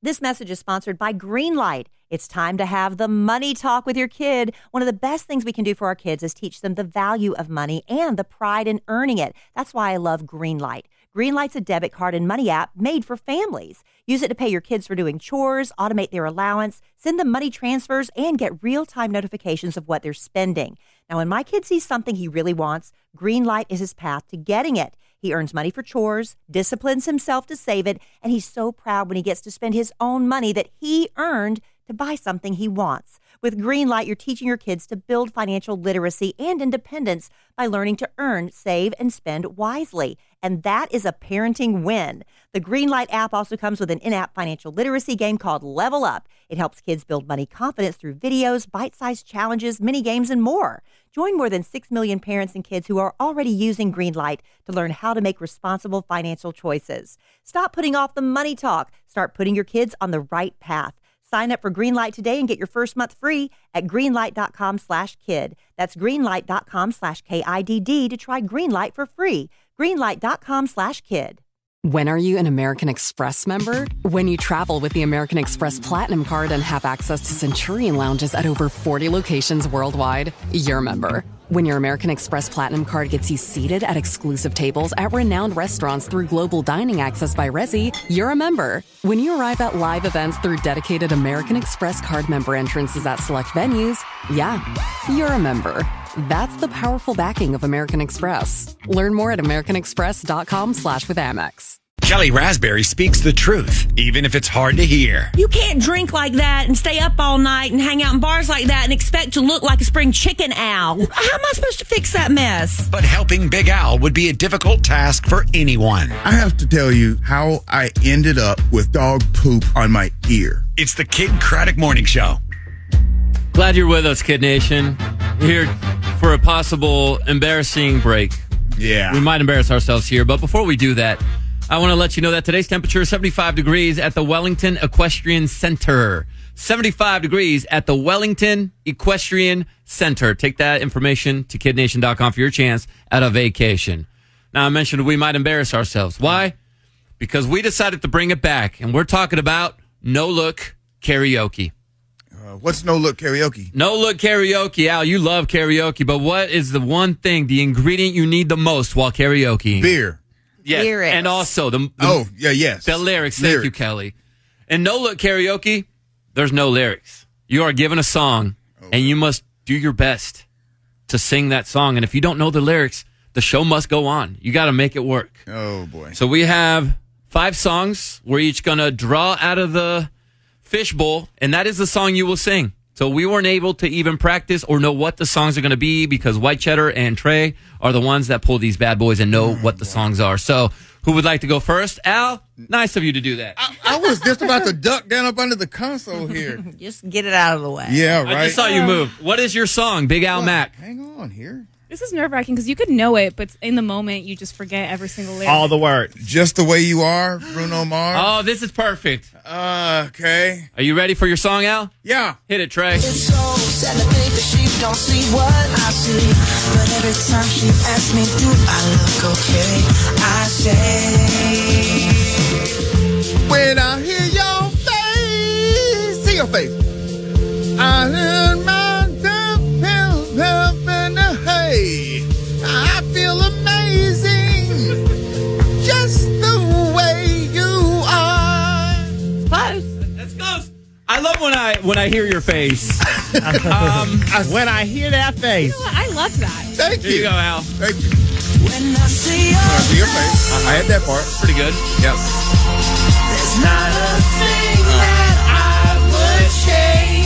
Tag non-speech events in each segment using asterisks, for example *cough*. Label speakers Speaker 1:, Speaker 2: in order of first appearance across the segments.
Speaker 1: This message is sponsored by Greenlight. It's time to have the money talk with your kid. One of the best things we can do for our kids is teach them the value of money and the pride in earning it. That's why I love Greenlight. Greenlight's a debit card and money app made for families. Use it to pay your kids for doing chores, automate their allowance, send them money transfers, and get real time notifications of what they're spending. Now, when my kid sees something he really wants, Greenlight is his path to getting it. He earns money for chores, disciplines himself to save it, and he's so proud when he gets to spend his own money that he earned to buy something he wants. With Greenlight, you're teaching your kids to build financial literacy and independence by learning to earn, save, and spend wisely. And that is a parenting win. The Greenlight app also comes with an in app financial literacy game called Level Up. It helps kids build money confidence through videos, bite sized challenges, mini games, and more. Join more than 6 million parents and kids who are already using Greenlight to learn how to make responsible financial choices. Stop putting off the money talk. Start putting your kids on the right path. Sign up for Greenlight today and get your first month free at greenlight.com slash kid. That's greenlight.com slash K-I-D-D to try Greenlight for free. Greenlight.com slash kid.
Speaker 2: When are you an American Express member? When you travel with the American Express Platinum Card and have access to Centurion lounges at over 40 locations worldwide, you're a member. When your American Express Platinum Card gets you seated at exclusive tables at renowned restaurants through global dining access by Resi, you're a member. When you arrive at live events through dedicated American Express Card member entrances at select venues, yeah, you're a member. That's the powerful backing of American Express. Learn more at americanexpress.com slash with Amex.
Speaker 3: Kelly Raspberry speaks the truth, even if it's hard to hear.
Speaker 4: You can't drink like that and stay up all night and hang out in bars like that and expect to look like a spring chicken owl. How am I supposed to fix that mess?
Speaker 3: But helping Big Al would be a difficult task for anyone.
Speaker 5: I have to tell you how I ended up with dog poop on my ear.
Speaker 3: It's the Kid Craddock Morning Show.
Speaker 6: Glad you're with us, Kid Nation. Here for a possible embarrassing break.
Speaker 5: Yeah.
Speaker 6: We might embarrass ourselves here, but before we do that, I want to let you know that today's temperature is 75 degrees at the Wellington Equestrian Center. 75 degrees at the Wellington Equestrian Center. Take that information to kidnation.com for your chance at a vacation. Now, I mentioned we might embarrass ourselves. Why? Because we decided to bring it back, and we're talking about no look karaoke.
Speaker 5: Uh, what's no look karaoke?
Speaker 6: No look karaoke, Al. You love karaoke, but what is the one thing, the ingredient you need the most while karaoke?
Speaker 5: Beer.
Speaker 6: Yes.
Speaker 1: Lyrics.
Speaker 6: And also the, the-
Speaker 5: Oh, yeah, yes.
Speaker 6: the lyrics. Thank you, Kelly. And no look karaoke, there's no lyrics. You are given a song,
Speaker 5: Oh.
Speaker 6: and you must do your best to sing that song. And if you don't know the lyrics, the show must go on. You got to make it work.
Speaker 5: Oh, boy.
Speaker 6: So we have five songs. We're each going to draw out of the fishbowl, and that is the song you will sing. So we weren't able to even practice or know what the songs are going to be because White Cheddar and Trey are the ones that pull these bad boys and know what the songs are. So who would like to go first? Al, nice of you to do that. I,
Speaker 5: I was just about to duck down up under the console here.
Speaker 4: *laughs* Just get it out of the way.
Speaker 5: Yeah, right.
Speaker 6: just saw you move. What is your song, Big Al Mac?
Speaker 5: Hang on here.
Speaker 7: This is nerve wracking because you could know it, but in the moment you just forget every single lyric.
Speaker 8: All the words.
Speaker 5: Just the way you are, Bruno Mars.
Speaker 6: Oh, this is perfect.
Speaker 5: Uh, okay.
Speaker 6: Are you ready for your song, Al?
Speaker 5: Yeah.
Speaker 6: Hit it, Trey.
Speaker 9: so sad to think that she don't see what I see. But every time she asks me, do I look okay? I say.
Speaker 5: When I hear your face, see your face. I learn my dumb pills, pump in the hay. I feel amazing. Just the way you are.
Speaker 6: Let's go. I love when I when I hear your face. um,
Speaker 8: When I hear that face,
Speaker 7: I love that.
Speaker 5: Thank
Speaker 6: here you go, Al.
Speaker 5: Thank you.
Speaker 9: When I see you,
Speaker 5: I see your face. I had that part.
Speaker 6: Pretty good.
Speaker 5: Yep.
Speaker 9: there's not a thing that I would change.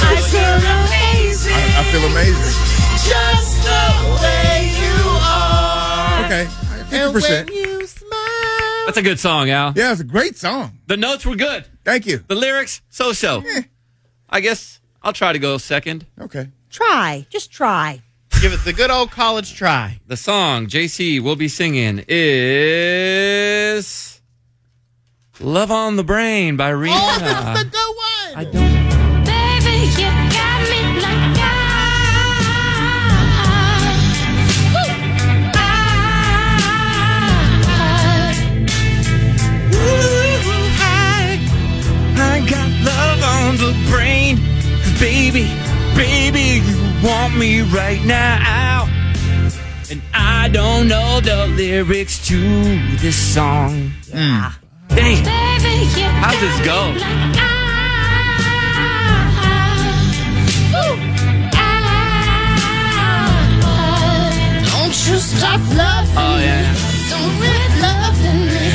Speaker 9: I feel amazing.
Speaker 5: I feel amazing.
Speaker 9: Just the way
Speaker 5: Okay. 50%.
Speaker 9: you are. you smile.
Speaker 6: That's a good song, Al.
Speaker 5: Yeah, it's a great song.
Speaker 6: The notes were good.
Speaker 5: Thank you.
Speaker 6: The lyrics, so so. I guess I'll try to go second.
Speaker 5: Okay.
Speaker 1: Try. Just try.
Speaker 8: give it the good old college try.
Speaker 6: The song JC will be singing is "Love on the Brain" by Rihanna. *laughs*
Speaker 5: good one.
Speaker 10: Baby, you got me like I, I, I,
Speaker 6: Baby, baby, you want me right now. And I don't know the lyrics to this song. Hmm. Dang,
Speaker 10: How
Speaker 6: how's this go?
Speaker 9: Don't you stop loving
Speaker 6: Oh, yeah.
Speaker 9: me. Don't quit loving me.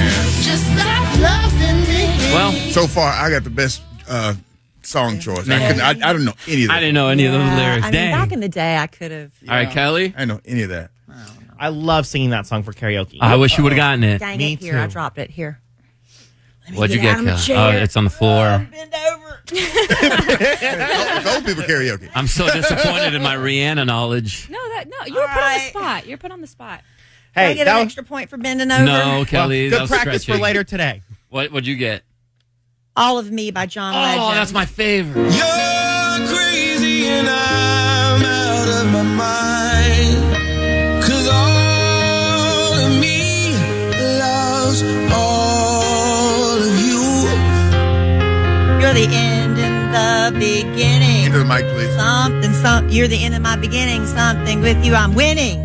Speaker 9: Just stop loving me.
Speaker 6: Well,
Speaker 5: So far, I got the best uh, song choice. I, couldn't, I, I don't know any of that.
Speaker 6: I didn't know any of those lyrics.
Speaker 1: I mean,
Speaker 6: Dang.
Speaker 1: back in the day, I could have.
Speaker 6: All right, Kelly.
Speaker 5: I didn't know any of that.
Speaker 8: I love singing that song for karaoke.
Speaker 6: I wish you would have gotten it.
Speaker 1: Dang
Speaker 8: Me
Speaker 1: it! Here, I
Speaker 8: too.
Speaker 1: dropped it. Here.
Speaker 6: What'd you
Speaker 4: get
Speaker 6: get,
Speaker 4: out of my
Speaker 6: Kelly? Oh,
Speaker 4: chair.
Speaker 6: it's on the
Speaker 1: Uh,
Speaker 6: floor.
Speaker 5: It's old people karaoke.
Speaker 6: I'm
Speaker 1: *laughs*
Speaker 6: so disappointed in my Rihanna knowledge.
Speaker 7: No, that no. You were put on the
Speaker 4: right.
Speaker 7: spot. You're put on the spot.
Speaker 1: Can
Speaker 8: hey,
Speaker 1: I get
Speaker 8: that
Speaker 1: an
Speaker 8: was
Speaker 1: extra point for bending over.
Speaker 6: No,
Speaker 8: well,
Speaker 6: Kelly. that
Speaker 8: good
Speaker 6: was
Speaker 8: practice
Speaker 6: stretching.
Speaker 8: for later today.
Speaker 6: What, what'd you get?
Speaker 1: All of Me by John Legend.
Speaker 6: Oh, that's my favorite.
Speaker 9: You're crazy and I'm out of my mind. Cause all of me loves all of you.
Speaker 1: You're the end and the beginning.
Speaker 5: Into the mic, please.
Speaker 1: Something, some. You're the end of my beginning. Something with you, I'm winning.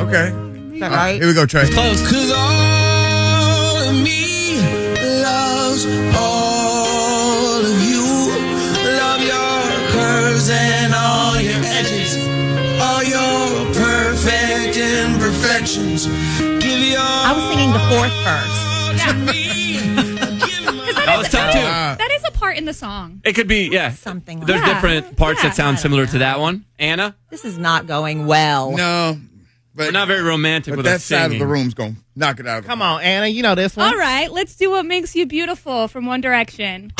Speaker 5: Okay.
Speaker 1: Is that
Speaker 5: All right,
Speaker 1: right?
Speaker 5: Here we go, Trey.
Speaker 6: Close.
Speaker 9: Cause all of me loves all of you. Love your curves and all your edges. All your perfect imperfections. Give your
Speaker 1: I was singing the fourth verse.
Speaker 9: all to me. Give my
Speaker 6: That was tough, too.
Speaker 5: Uh,
Speaker 7: That is a part in the song.
Speaker 6: It could be, yeah.
Speaker 1: Something like
Speaker 6: There's
Speaker 1: that.
Speaker 6: different parts
Speaker 7: Yeah.
Speaker 6: that sound similar to that one. Anna,
Speaker 1: This is not going well.
Speaker 5: No. But,
Speaker 6: we're not very romantic
Speaker 5: but
Speaker 6: with
Speaker 5: that
Speaker 6: our singing.
Speaker 5: side of the room's going to knock it out of the
Speaker 8: Come on, Anna, you know this one.
Speaker 7: All right, let's do what makes you beautiful from One Direction.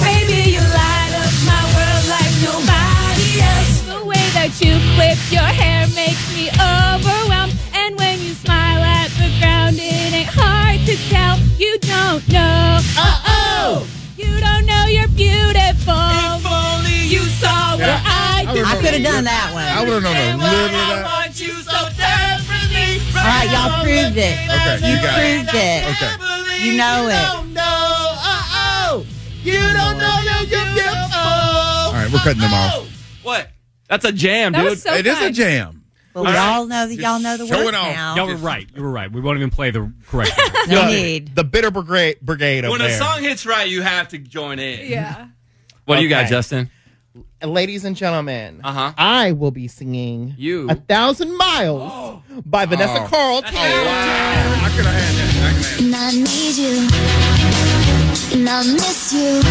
Speaker 7: Baby, you light up my world like nobody else. The way that you flip your hair makes me overwhelmed. And when you smile at the ground, it ain't hard to tell. You don't know. Uh oh. You don't know you're beautiful. If only you saw what I do.
Speaker 1: I could have done that one.
Speaker 5: I would have known a little bit of that.
Speaker 9: want you so desperately.
Speaker 1: All right, y'all proved it.
Speaker 5: Okay,
Speaker 1: You
Speaker 5: you got it.
Speaker 1: proved it.
Speaker 5: Okay.
Speaker 1: You know it.
Speaker 9: No, oh, oh. You don't know you're beautiful.
Speaker 5: All right, we're cutting them off.
Speaker 6: what? That's a jam,
Speaker 7: That
Speaker 6: dude.
Speaker 7: was so
Speaker 5: It is a
Speaker 7: fun.
Speaker 5: jam.
Speaker 1: But we all know that y'all know the
Speaker 5: show
Speaker 1: words
Speaker 5: it off.
Speaker 1: now.
Speaker 11: Y'all were right. You were right. We won't even play the
Speaker 9: *laughs*
Speaker 11: correct.
Speaker 1: No
Speaker 8: Look,
Speaker 1: need.
Speaker 8: The Bitter Brigade, brigade over
Speaker 6: when a
Speaker 8: there.
Speaker 6: song hits right, you have to join in.
Speaker 7: Yeah.
Speaker 6: What do you got,
Speaker 8: Okay.
Speaker 6: Justin?
Speaker 8: Ladies and gentlemen,
Speaker 6: Uh-huh.
Speaker 8: I will be singing
Speaker 6: You.
Speaker 8: A Thousand
Speaker 5: *gasps*
Speaker 8: Miles by Vanessa
Speaker 5: Oh.
Speaker 8: Carlton.
Speaker 5: I could have had that. I could have
Speaker 10: And I need you. And I miss you.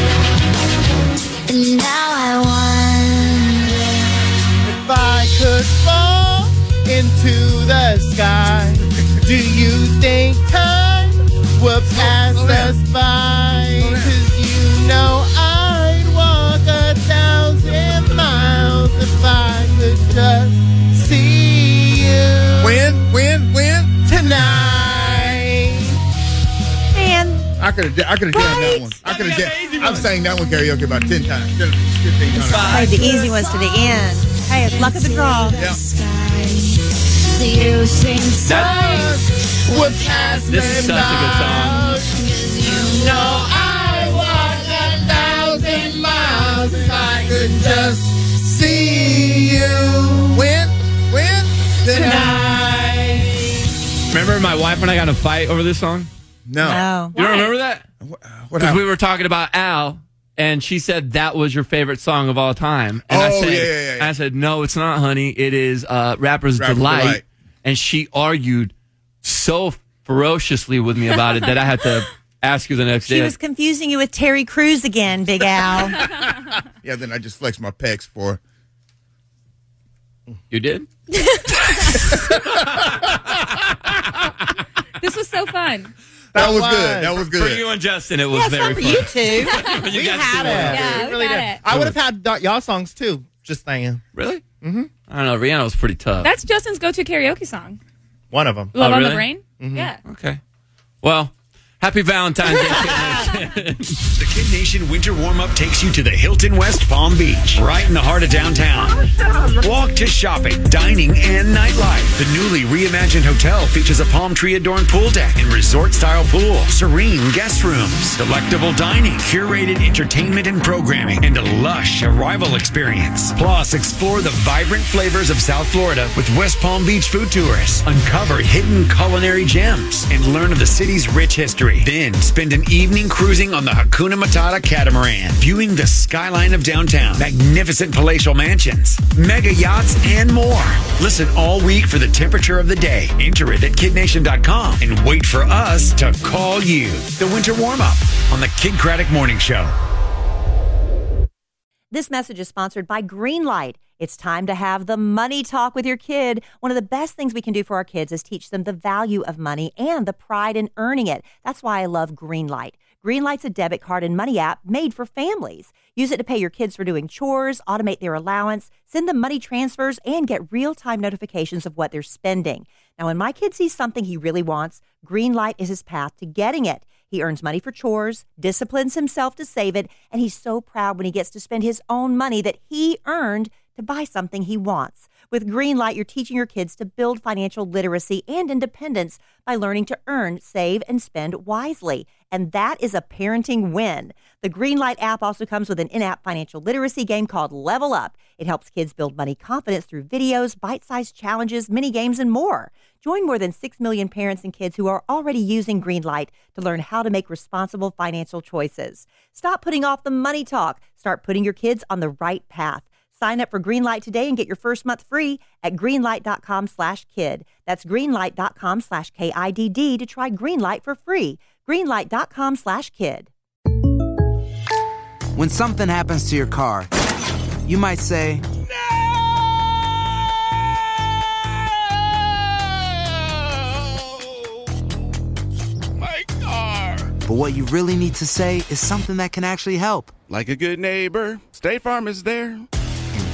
Speaker 10: And now I wonder.
Speaker 8: If I could fall into the sky, do you think time would pass
Speaker 5: Oh, slow down.
Speaker 8: us by?
Speaker 5: down.
Speaker 8: Cause you know I'd walk a thousand miles if I could just see you
Speaker 5: Win, win, win.
Speaker 8: tonight.
Speaker 1: Man,
Speaker 5: I could have I could have jammed that one. I could have jammed. I've sang that one karaoke about 10 times. 10, 15 times.
Speaker 1: played the easy ones to the end. Hey, it's luck of the draw.
Speaker 5: Yeah.
Speaker 10: Sky. Do you think
Speaker 6: That,
Speaker 8: Would pass
Speaker 6: this is such a good song.
Speaker 8: I walk a thousand miles if I could just see you
Speaker 5: Win, win.
Speaker 8: tonight.
Speaker 6: Remember my wife and I got in a fight over this song?
Speaker 5: No.
Speaker 1: No.
Speaker 6: You don't remember that?
Speaker 5: What
Speaker 6: Because
Speaker 5: happened?
Speaker 6: we were talking about Al, and she said that was your favorite song of all time. And I
Speaker 5: Oh,
Speaker 6: said,
Speaker 5: yeah, yeah, yeah.
Speaker 6: I said, no, it's not, honey. It is uh, Rapper's
Speaker 5: Rapper's
Speaker 6: Delight.
Speaker 5: Delight.
Speaker 6: And she argued so ferociously with me about it that I had
Speaker 5: *laughs*
Speaker 6: to ask you the next
Speaker 1: She
Speaker 6: day.
Speaker 1: was confusing you with Terry Crews again, Big Al.
Speaker 5: Yeah, then I just flexed my pecs for.
Speaker 6: you did?
Speaker 7: This was so fun.
Speaker 5: That was good. That was
Speaker 6: For you
Speaker 5: good.
Speaker 6: and Justin, it was
Speaker 1: yeah, it's not
Speaker 6: very
Speaker 1: for
Speaker 6: fun.
Speaker 1: you two.
Speaker 6: When you
Speaker 8: We
Speaker 6: guys
Speaker 8: had
Speaker 6: did
Speaker 8: it.
Speaker 7: Yeah, we
Speaker 8: really
Speaker 7: got
Speaker 8: did.
Speaker 7: it.
Speaker 8: I would have had th- y'all songs too. Just saying.
Speaker 6: Really? Mm-hmm. I don't know. Rihanna was pretty tough. Oh,
Speaker 7: That's Justin's go-to karaoke song.
Speaker 8: One of them.
Speaker 7: Love on
Speaker 6: really?
Speaker 7: the Brain. Yeah.
Speaker 6: okay. Well, happy Valentine's Day.
Speaker 3: The Kid Nation winter warm up takes you to the Hilton West Palm Beach, right in the heart of downtown. Walk to shopping, dining, and nightlife. The newly reimagined hotel features a palm tree adorned pool deck and resort style pool, serene guest rooms, delectable dining, curated entertainment and programming, and a lush arrival experience. Plus, explore the vibrant flavors of South Florida with West Palm Beach food tours. Uncover hidden culinary gems and learn of the city's rich history. Then spend an evening cruising on the Hakuna Matata catamaran, viewing the skyline of downtown, magnificent palatial mansions, mega yachts, and more. Listen all week for the temperature of the day. Enter it at kidnation.com and wait for us to call you. The winter warm up on the Kid Craddock Morning Show.
Speaker 1: This message is sponsored by Greenlight. It's time to have the money talk with your kid. One of the best things we can do for our kids is teach them the value of money and the pride in earning it. That's why I love Greenlight. Greenlight's a debit card and money app made for families. Use it to pay your kids for doing chores, automate their allowance, send them money transfers, and get real time notifications of what they're spending. Now, when my kid sees something he really wants, Greenlight is his path to getting it. He earns money for chores, disciplines himself to save it, and he's so proud when he gets to spend his own money that he earned to buy something he wants. With Greenlight, you're teaching your kids to build financial literacy and independence by learning to earn, save, and spend wisely. And that is a parenting win. The Greenlight app also comes with an in app financial literacy game called Level Up. It helps kids build money confidence through videos, bite sized challenges, mini games, and more. Join more than 6 million parents and kids who are already using Greenlight to learn how to make responsible financial choices. Stop putting off the money talk. Start putting your kids on the right path. Sign up for Greenlight today and get your first month free at greenlight.com slash kid. That's greenlight.com slash K-I-D-D to try Greenlight for free. Greenlight.com slash kid.
Speaker 12: When something happens to your car, you might say,
Speaker 13: My car.
Speaker 12: but what you really need to say is something that can actually help.
Speaker 13: Like a good neighbor, State Farm is there.
Speaker 12: And